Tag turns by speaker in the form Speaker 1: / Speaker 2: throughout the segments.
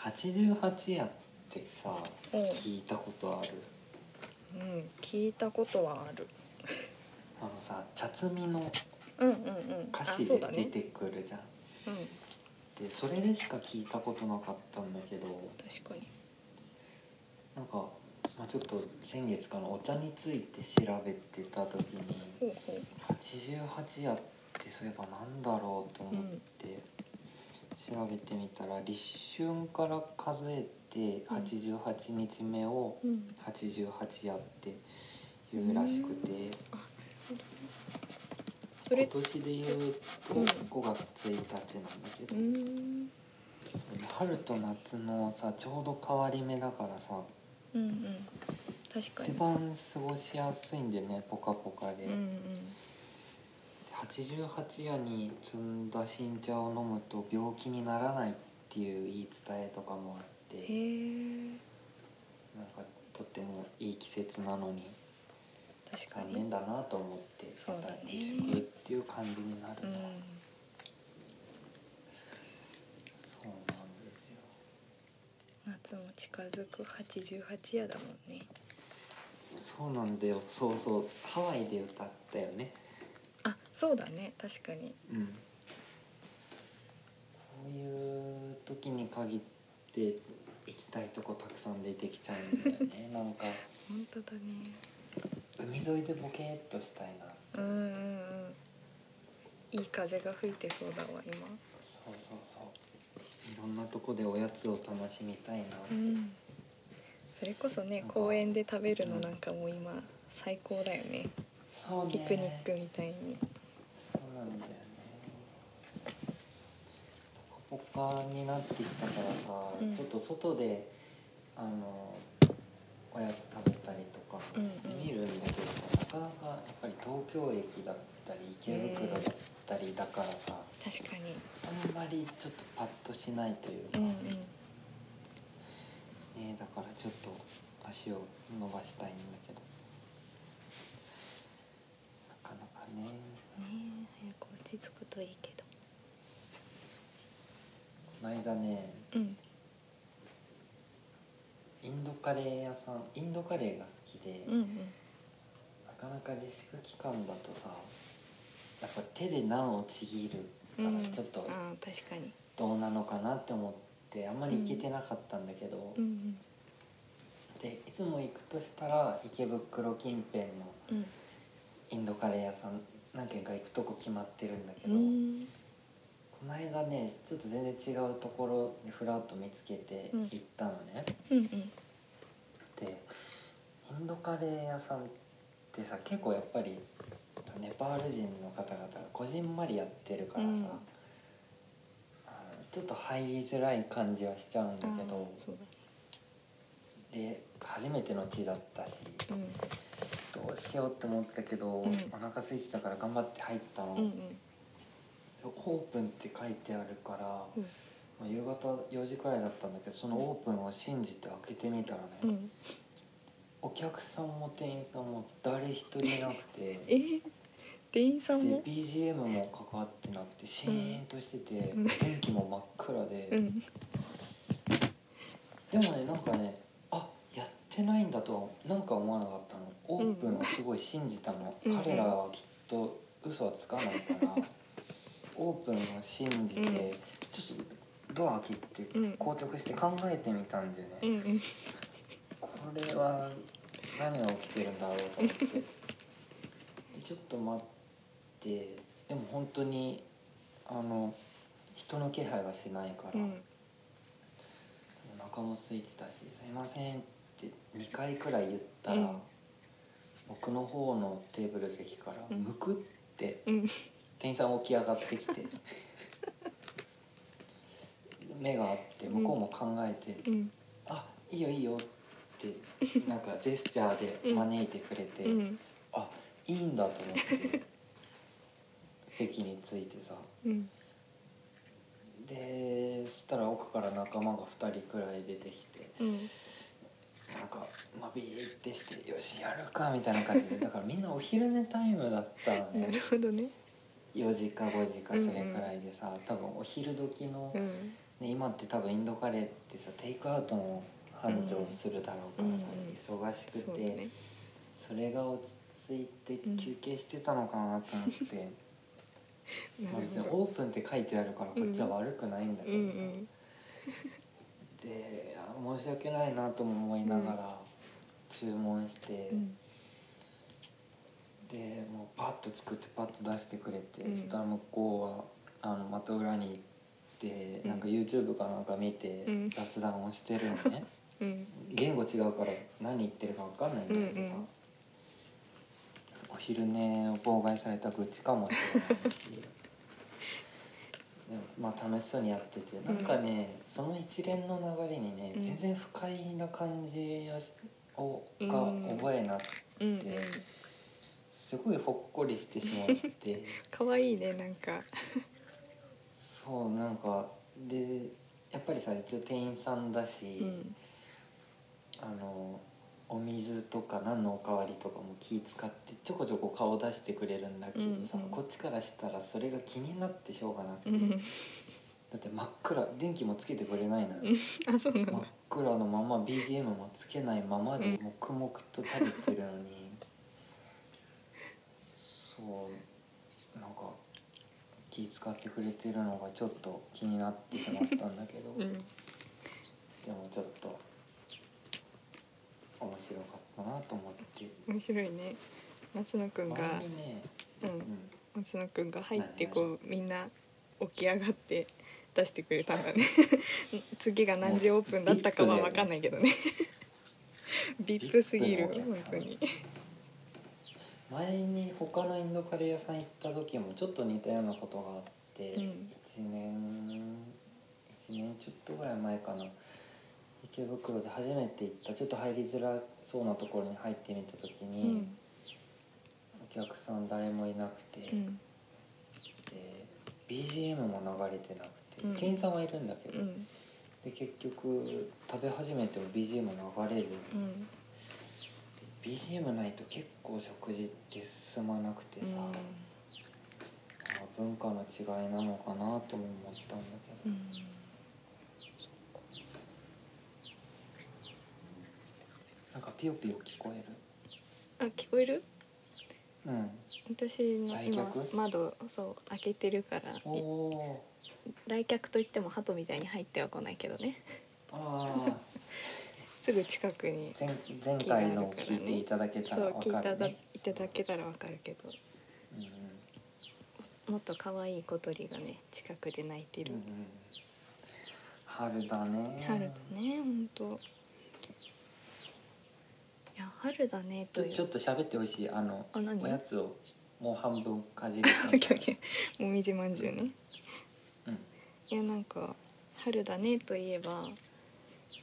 Speaker 1: 88夜ってさ
Speaker 2: うん
Speaker 1: 聞いたことある
Speaker 2: うん聞いたことはある
Speaker 1: あのさ茶摘みの
Speaker 2: うんうんうん
Speaker 1: 歌
Speaker 2: あ
Speaker 1: 詞
Speaker 2: そう
Speaker 1: で
Speaker 2: だ
Speaker 1: 出
Speaker 2: ね
Speaker 1: てくるじゃん
Speaker 2: うん
Speaker 1: でそれでしか聞いたことなかったんだけど
Speaker 2: 確かに
Speaker 1: なんか、まあ、ちょっと先月かなお茶について調べてた時に
Speaker 2: ほうほう
Speaker 1: 88夜ってそういえばなんだろうと思って調べてみたら立春から数えて
Speaker 2: うん
Speaker 1: 88日目を
Speaker 2: うん
Speaker 1: 88夜っていうらしくて。
Speaker 2: そ
Speaker 1: 今
Speaker 2: れ
Speaker 1: 年で言うと
Speaker 2: うん
Speaker 1: 5月1日なんだけ
Speaker 2: う
Speaker 1: ど、
Speaker 2: ん
Speaker 1: 春と夏のさちょうど変わり目だからさ
Speaker 2: うんうん確か
Speaker 1: 一
Speaker 2: に
Speaker 1: 番過ごしやすいんでねポカポカで、
Speaker 2: うんうん
Speaker 1: 88夜に摘んだ新茶を飲むと病気にならないっていう言い伝えとかもあって
Speaker 2: へえ
Speaker 1: なんかとってもいい季節なのに
Speaker 2: 確か
Speaker 1: 残
Speaker 2: に
Speaker 1: 念だなと思って
Speaker 2: そう
Speaker 1: ま
Speaker 2: だ
Speaker 1: た
Speaker 2: ね
Speaker 1: 自粛っていう感じにな
Speaker 2: う
Speaker 1: る
Speaker 2: ん
Speaker 1: んだ、そうなんですよ
Speaker 2: 夏も近づく88夜だもんね
Speaker 1: そうなんだよそうそうハワイで歌ったよね
Speaker 2: あそうだね確かに
Speaker 1: うんこういう時に限って行きたいとこたくさん出てきちゃうんだよ ねなんか
Speaker 2: 本当だね
Speaker 1: 海沿いでボケーっとしたいな
Speaker 2: うんうんうんいい風が吹いてそうだわ今
Speaker 1: そうそうそういろんなとこでおやつを楽しみたいな、
Speaker 2: うんそれこそね
Speaker 1: なんか
Speaker 2: 公園で食べるのなんかもう今最高だよね
Speaker 1: そうね
Speaker 2: ピクニックみたいに
Speaker 1: そうなんだよねポカポカになってきたからさ、
Speaker 2: うん
Speaker 1: ちょっと外であのおやつ食べたりとか
Speaker 2: うんうん
Speaker 1: してみるんだけど、なかなかやっぱり東京駅だったり池袋だったりだからさ、
Speaker 2: 確かに
Speaker 1: あんまりちょっとパッとしないというか、
Speaker 2: うんうん
Speaker 1: ねだからちょっと足を伸ばしたいんだけどなかなかね
Speaker 2: ねえ早く落ち着くといいけど
Speaker 1: この間ね
Speaker 2: うん
Speaker 1: インドカレー屋さんインドカレーが好きで、
Speaker 2: うんうん
Speaker 1: なかなか自粛期間だとさやっぱ手でナンをちぎるからちょっと
Speaker 2: ああ確かに
Speaker 1: どうなのかなって思ってあんまり行けてなかったんだけど、
Speaker 2: うん
Speaker 1: でいつも行くとしたら池袋近辺の
Speaker 2: うんうん
Speaker 1: インドカレー屋さん何軒か行くとこ決まってるんだけ
Speaker 2: う
Speaker 1: ど、
Speaker 2: ん
Speaker 1: この間ねちょっと全然違うところでふらっと見つけて
Speaker 2: うん
Speaker 1: 行ったのね。
Speaker 2: うんうん
Speaker 1: でインドカレー屋さんってさ結構やっぱりネパール人の方々がこじんまりやってるからさ、
Speaker 2: うん
Speaker 1: あのちょっと入りづらい感じはしちゃうんだ
Speaker 2: あ
Speaker 1: けど
Speaker 2: ーそう
Speaker 1: で初めての地だったし
Speaker 2: だね
Speaker 1: どうしようって思ったけど、
Speaker 2: うん
Speaker 1: お腹空いてたから頑張って入ったの、
Speaker 2: うんうん
Speaker 1: オープンって書いてあるから、
Speaker 2: うん
Speaker 1: まあ夕方4時くらいだったんだけどそのオープンを信じて開けてみたらね、
Speaker 2: うん
Speaker 1: お客さんも店員さんも誰一人いなくて。
Speaker 2: えー店員さん
Speaker 1: で
Speaker 2: も
Speaker 1: BGM もかかってなくてシーンとしてて、
Speaker 2: うん
Speaker 1: 天気も真っ暗で、
Speaker 2: うん
Speaker 1: でもねなんかねあやってないんだとはなんか思わなかったのオープンをすごい信じたの、
Speaker 2: うん
Speaker 1: 彼らはきっと嘘はつかないから、 オープンを信じて、
Speaker 2: うん
Speaker 1: ちょっとドア開けて
Speaker 2: うん
Speaker 1: 硬直して考えてみたんでね、
Speaker 2: うんうん
Speaker 1: これは何が起きてるんだろうと思ってでちょっと待ってでも本当にあの人の気配がしないから、
Speaker 2: うん
Speaker 1: お腹も空いてたし「すいません」って2回くらい言ったら、
Speaker 2: うん
Speaker 1: 僕の方のテーブル席から「
Speaker 2: うん
Speaker 1: むく」って
Speaker 2: うん
Speaker 1: 店員さん起き上がってき て目があって向こうも考えて
Speaker 2: うん
Speaker 1: 「あいいよいいよ」ってなんかジェスチャー で招いてくれて、
Speaker 2: うん
Speaker 1: あいいんだと思って席についてさ
Speaker 2: うん
Speaker 1: でそしたら奥から仲間が2人くらい出てきて
Speaker 2: うん
Speaker 1: なんか伸びーってして「よしやるか」みたいな感じ でだからみんなお昼寝タイムだったのね
Speaker 2: なるほどね
Speaker 1: 4時か5時かそれくらいでさ多分お昼時の
Speaker 2: うん
Speaker 1: ね、今って多分インドカレーってさテイクアウトも繁盛するだろうからさ、忙しく
Speaker 2: そう
Speaker 1: てそ,、
Speaker 2: ね
Speaker 1: れが落ち着いて
Speaker 2: うん
Speaker 1: 休憩してたのかなと思って、
Speaker 2: な
Speaker 1: まあ別に
Speaker 2: るほ
Speaker 1: オープンって書いてあるからこっちは悪くないんだ
Speaker 2: ど
Speaker 1: け
Speaker 2: う
Speaker 1: どさ、
Speaker 2: んうん
Speaker 1: であ申し訳ないなとも思いながら注文して、
Speaker 2: うん
Speaker 1: でもうパッと作ってパッと出してくれて、
Speaker 2: うん
Speaker 1: そしたら向こうはあのまた裏に行って、なんか YouTube かなんか見て
Speaker 2: うん
Speaker 1: 雑談をしてるのね、
Speaker 2: うん
Speaker 1: 言語違うから何言ってるか分かんないんだけどさ、
Speaker 2: うんうん
Speaker 1: お昼寝を妨害された愚痴かもしれないしでもまあ楽しそうにやっててなんかね、その一連の流れにね、
Speaker 2: うん
Speaker 1: 全然不快な感じをしを
Speaker 2: うん
Speaker 1: が覚えなくて
Speaker 2: うんうん
Speaker 1: すごいほっこりしてしまって
Speaker 2: 可愛いねなんか
Speaker 1: そうなんかでやっぱりさ一応店員さんだし。
Speaker 2: うん
Speaker 1: あのお水とか何のおかわりとかも気使ってちょこちょこ顔出してくれるんだけどさ、
Speaker 2: うんうん
Speaker 1: こっちからしたらそれが気になってしょうがなくて、
Speaker 2: う
Speaker 1: だ
Speaker 2: ん
Speaker 1: って真っ暗電気もつけてくれないのよ、
Speaker 2: あそうなんだ
Speaker 1: 真っ暗のまま BGM もつけないままで黙々と食べてるの に、そうなんか気使ってくれてるのがちょっと気になってしまったんだけ ど。
Speaker 2: うん
Speaker 1: でもちょっと面白かったなと思って
Speaker 2: 面白いね松野くんが
Speaker 1: 周りね、
Speaker 2: う
Speaker 1: うんん、
Speaker 2: 松野くんが入って
Speaker 1: 何々
Speaker 2: こうみんな起き上がって出してくれたんだね次が何時オープンだったかは分かんないけどねビップすぎる
Speaker 1: ビップなお客さん
Speaker 2: 本当に
Speaker 1: 前に他のインドカレー屋さん行った時もちょっと似たようなことがあって、
Speaker 2: うん
Speaker 1: 一年1年ちょっとぐらい前かな池袋で初めて行ったちょっと入りづらそうなところに入ってみた時
Speaker 2: う
Speaker 1: に、
Speaker 2: ん
Speaker 1: お客さん誰もいなくて、
Speaker 2: うん
Speaker 1: で BGM も流れてなくて、
Speaker 2: うん
Speaker 1: 店員さんはいるんだけ
Speaker 2: う
Speaker 1: ど、
Speaker 2: ん
Speaker 1: で結局食べ始めても BGM 流れずに、
Speaker 2: うん
Speaker 1: BGM ないと結構食事って進まなくて
Speaker 2: う
Speaker 1: さ、
Speaker 2: ん
Speaker 1: あ文化の違いなのかなとも思ったんだけ
Speaker 2: う
Speaker 1: ど、
Speaker 2: ん
Speaker 1: なんかピヨピヨ聞こえる
Speaker 2: あ聞こえる
Speaker 1: うん
Speaker 2: 私の今
Speaker 1: 来客
Speaker 2: 窓そう開けてるから
Speaker 1: おお
Speaker 2: 来客といっても鳩みたいに入ってはこないけどね
Speaker 1: ーあ あ
Speaker 2: すぐ近くに
Speaker 1: 前前回のを聞いていただけた
Speaker 2: そ
Speaker 1: ら
Speaker 2: う
Speaker 1: わ
Speaker 2: 聞い
Speaker 1: か
Speaker 2: た
Speaker 1: る
Speaker 2: だい
Speaker 1: ね
Speaker 2: ただけたら分かるけど
Speaker 1: うんうん
Speaker 2: もっと可愛い小鳥がね近くで鳴いて
Speaker 1: う
Speaker 2: る、
Speaker 1: んうん春だね
Speaker 2: 春だね本当いや春だね
Speaker 1: ち
Speaker 2: と
Speaker 1: ょ
Speaker 2: いう
Speaker 1: ちょっと喋ってほしいあの
Speaker 2: あ何
Speaker 1: おやつをもう半分かじる
Speaker 2: オ ッケーオッケーもみじまんじゅうね
Speaker 1: うん
Speaker 2: いやなんか春だねといえば、
Speaker 1: う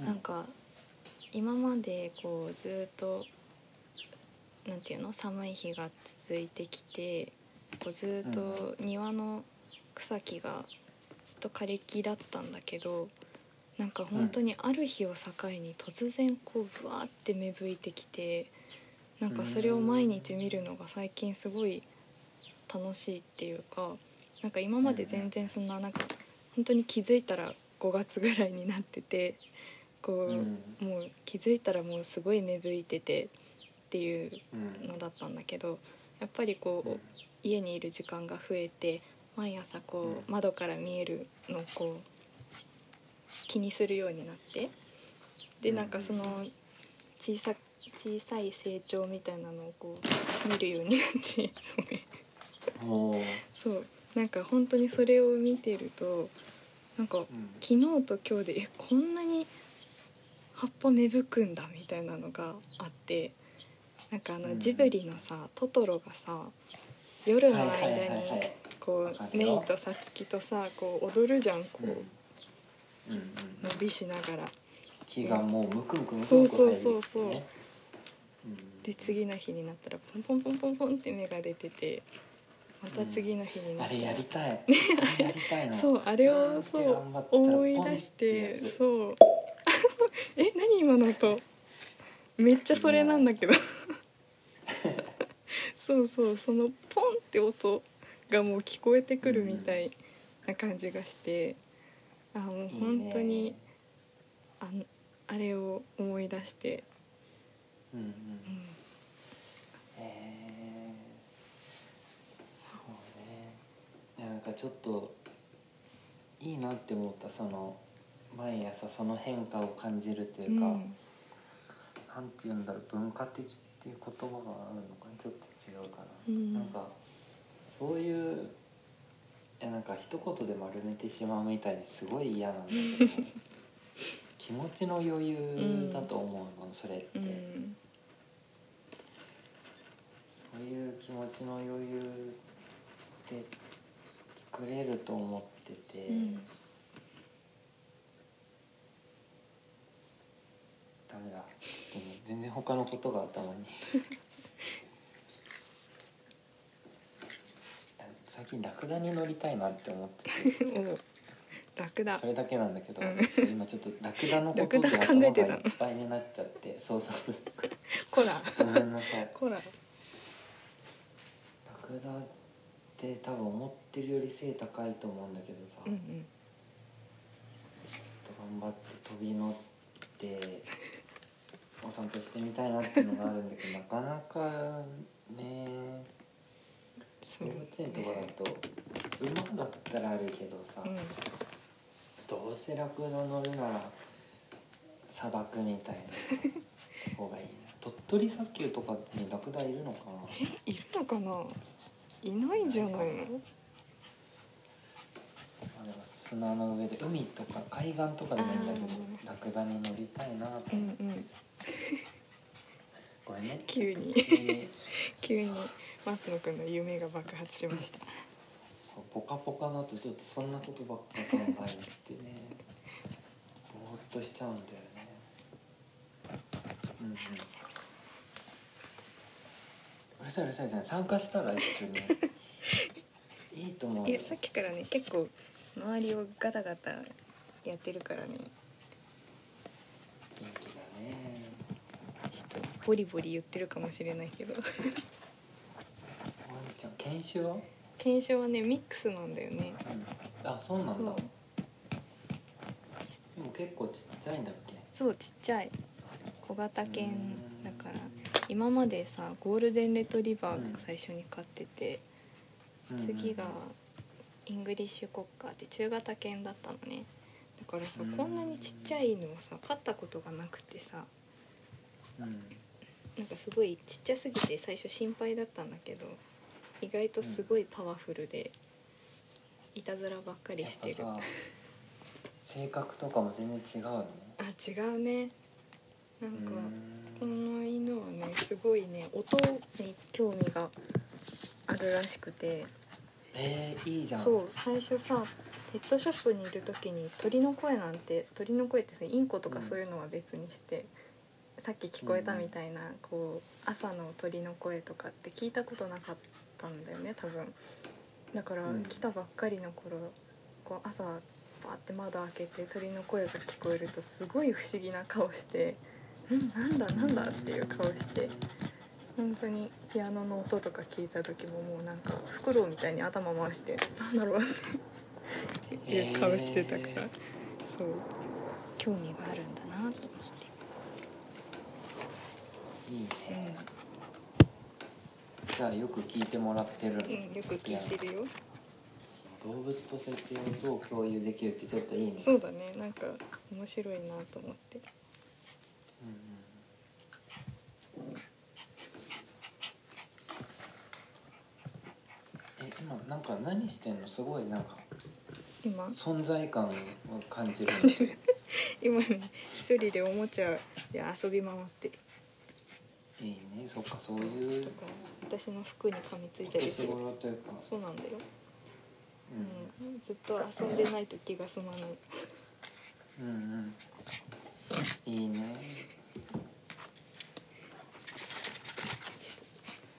Speaker 2: なんか今までこうずっとなんていうの寒い日が続いてきてこうずっと庭の草木がずっと枯れ木だったんだけどなんか本当にある日を境に突然こうぶわーって芽吹いてきてなんかそれを毎日見るのが最近すごい楽しいっていうかなんか今まで全然そんななんか本当に気づいたら5月ぐらいになっててこう、
Speaker 1: うん
Speaker 2: もう気づいたらもうすごい芽吹いててっていう
Speaker 1: うん
Speaker 2: のだったんだけどやっぱりこう、
Speaker 1: うん
Speaker 2: 家にいる時間が増えて毎朝こ
Speaker 1: う
Speaker 2: うん窓から見えるのをこう気にするようになってで
Speaker 1: うん
Speaker 2: なんかその小さ小さい成長みたいなのをこう見るようになって
Speaker 1: おー
Speaker 2: そうなんか本当にそれを見てるとなんか
Speaker 1: うん
Speaker 2: 昨日と今日でえこんなに葉っぱ芽吹くんだみたいなのがあってなんかあ
Speaker 1: う
Speaker 2: の
Speaker 1: ん
Speaker 2: ジブリのさ、トトロがさ夜の
Speaker 1: はいはい
Speaker 2: 間
Speaker 1: はいは
Speaker 2: に
Speaker 1: い
Speaker 2: こ
Speaker 1: わか
Speaker 2: う
Speaker 1: るよ
Speaker 2: メイとサツキとさこう踊るじゃんこう
Speaker 1: うんうんうん
Speaker 2: 伸びしながら
Speaker 1: 木がもうむくむくむくむく
Speaker 2: そうそうそうそう
Speaker 1: 生えてきてねうん
Speaker 2: で次の日になったらポンポンポンポンポンって芽が出ててまた次の日にな
Speaker 1: あ
Speaker 2: った
Speaker 1: れや
Speaker 2: ら
Speaker 1: りたいあれやりたいの
Speaker 2: そうあれをそ
Speaker 1: うん
Speaker 2: う
Speaker 1: 頑張ったら
Speaker 2: 思い出し
Speaker 1: ポン
Speaker 2: て
Speaker 1: ってやつ
Speaker 2: そう え何今の音めっちゃそれなん だけどそうそうそのポンって音がもう聞こえてくるみたいな感じがして、あもう
Speaker 1: いいね
Speaker 2: 本当にあのあれを思い出して、
Speaker 1: うんうん
Speaker 2: うん、
Speaker 1: へえそうねいやなんかちょっといいなって思ったその毎朝その変化を感じるというか、
Speaker 2: うん
Speaker 1: なんて言うんだろう文化的っていう言葉があるのかなちょっと違うかな、
Speaker 2: うん
Speaker 1: なんかそういういやなんか一言で丸めてしまうみたいにすごい嫌なんだけ ど気持ちの余裕だと思うの、それって、
Speaker 2: うん
Speaker 1: そういう気持ちの余裕って作れると思ってて、
Speaker 2: うん
Speaker 1: ダメだちょっとね全然他のことが頭に 最近ラクダに乗りたいなって思ってて
Speaker 2: お楽だ
Speaker 1: それだけなんだけど、
Speaker 2: う
Speaker 1: 今ちょっとラクダのことで
Speaker 2: ラクダ
Speaker 1: 頭
Speaker 2: 考
Speaker 1: がいっ
Speaker 2: え
Speaker 1: て
Speaker 2: たの
Speaker 1: ぱいになっちゃってそうそう
Speaker 2: こら
Speaker 1: ごめんなさい
Speaker 2: こら
Speaker 1: ラクダって多分思ってるより背高いと思うんだけどさ、
Speaker 2: うんう
Speaker 1: ちょっと頑
Speaker 2: ん
Speaker 1: 張って飛び乗ってお散歩してみたいなっていうのがあるんだけどなかなかね
Speaker 2: そ
Speaker 1: 動
Speaker 2: う
Speaker 1: 物園とかだと馬だったらあるけどさ、
Speaker 2: うん
Speaker 1: どうせラクダ乗るなら砂漠みたいな方がいいな鳥取砂丘とかにラクダいるのかない
Speaker 2: るのかないないんじゃないの
Speaker 1: あの砂の上で海とか海岸とかでもいいんだけど
Speaker 2: あ
Speaker 1: ラクダに乗りたいなと思って、
Speaker 2: うんうん
Speaker 1: ごめんね
Speaker 2: 急に
Speaker 1: 急に
Speaker 2: 急に松野くんの夢が爆発しました
Speaker 1: そうポカポカだとちょっとそんなことばっか考えてねぼーっとしちゃうんだよねうんうんうるさいうるさいじゃない参加したら一緒 にいいと思う
Speaker 2: い
Speaker 1: よ
Speaker 2: やさっきからね結構周りをガタガタやってるからね
Speaker 1: 元気だね
Speaker 2: ちょっとボリボリ言ってるかもしれないけど
Speaker 1: ワンちゃん研修は、うん、
Speaker 2: 検証はねミックスなんだよね
Speaker 1: あそうなんだ
Speaker 2: そう
Speaker 1: でも結構ちっちゃいんだっけ
Speaker 2: そうちっちゃい小型犬
Speaker 1: うん
Speaker 2: だから今までさゴールデンレトリバー
Speaker 1: うん
Speaker 2: が最初に飼ってて、
Speaker 1: うんうん
Speaker 2: 次がイングリッシュコッカーって中型犬だったのねだからさ、
Speaker 1: うん
Speaker 2: こんなにちっちゃいのをさ飼ったことがなくてさ
Speaker 1: うん
Speaker 2: なんかすごいちっちゃすぎて最初心配だったんだけど意外とすごいパワフルで、いたずらばっかりしてる
Speaker 1: やっ
Speaker 2: あ
Speaker 1: ぱさ性格とかも全然違うの
Speaker 2: 違うねなんか、
Speaker 1: う
Speaker 2: こ
Speaker 1: ん
Speaker 2: の犬はねすごいね音に興味があるらしくて
Speaker 1: えー、いいじゃん
Speaker 2: そう最初さペットショップにいる時に鳥の声なんて鳥の声ってさインコとかそういうのは別にして、さっき聞こえたみたいな、こう朝の鳥の声とかって聞いたことなかったんだよね多分だから、
Speaker 1: うん
Speaker 2: 来たばっかりの頃こう朝バーって窓開けて鳥の声が聞こえるとすごい不思議な顔して「うんなんだなんだ」っていう顔して。本当にピアノの音とか聞いた時ももうなんかフクロウみたいに頭回してなんだろうっていう顔してたから、
Speaker 1: えー
Speaker 2: そう興味があるんだなと思って、
Speaker 1: いいね、じゃあよく聞いてもらってるの、
Speaker 2: うん、よく聞いてるよ
Speaker 1: 動物と設定をどう共有できるってちょっといいね
Speaker 2: そうだねなんか面白いなと思って
Speaker 1: うんうんえ今なんか何してんのすごいなんか
Speaker 2: 今
Speaker 1: 存在感を感じる
Speaker 2: 感じる今ね一人でおもちゃで遊び回ってる
Speaker 1: いいねそっかそういう
Speaker 2: とか私の服に噛みつい
Speaker 1: お
Speaker 2: たりす
Speaker 1: 年
Speaker 2: る
Speaker 1: 頃というか
Speaker 2: そうなんだよ、
Speaker 1: うん
Speaker 2: うん、ずっと遊んでないと気が済まない
Speaker 1: うんうんいいね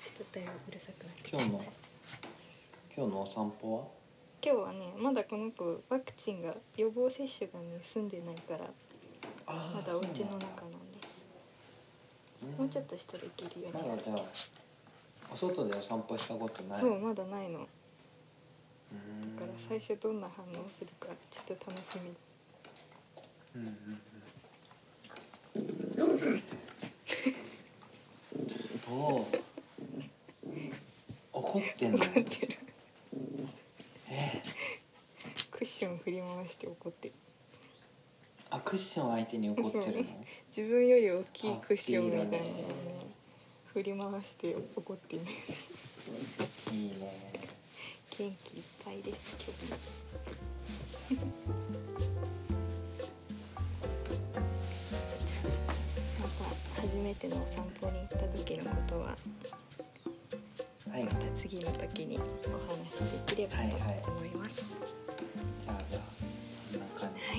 Speaker 2: ちょっとだいぶうるさくなってきた
Speaker 1: 今日の今日のお散歩は
Speaker 2: 今日はねまだこの子ワクチンが予防接種がね済んでないから
Speaker 1: あー
Speaker 2: まだお家
Speaker 1: そう
Speaker 2: の
Speaker 1: なんだ
Speaker 2: 中なんです
Speaker 1: うん
Speaker 2: もうちょっとしたら行けるよう
Speaker 1: ま
Speaker 2: にな
Speaker 1: だ
Speaker 2: る
Speaker 1: じゃあお外でお散歩したことない
Speaker 2: そうまだないの
Speaker 1: うん
Speaker 2: だから最初どんな反応するかちょっと楽しみ
Speaker 1: うんうんうんおー怒ってんの
Speaker 2: 怒ってる
Speaker 1: え
Speaker 2: クッション振り回して怒ってる
Speaker 1: ー、あクッション相手に怒ってるの
Speaker 2: 自分より大きい
Speaker 1: あ
Speaker 2: クッションみたいなのを
Speaker 1: いい
Speaker 2: ね
Speaker 1: ね
Speaker 2: 振り回して怒ってね
Speaker 1: いいね
Speaker 2: 元気いっぱいです今日じゃあ また初めてのお散歩に行った時のことは
Speaker 1: はい
Speaker 2: また次の時にお話しできればと思います。
Speaker 1: じゃあじゃあこんな感じ
Speaker 2: はい、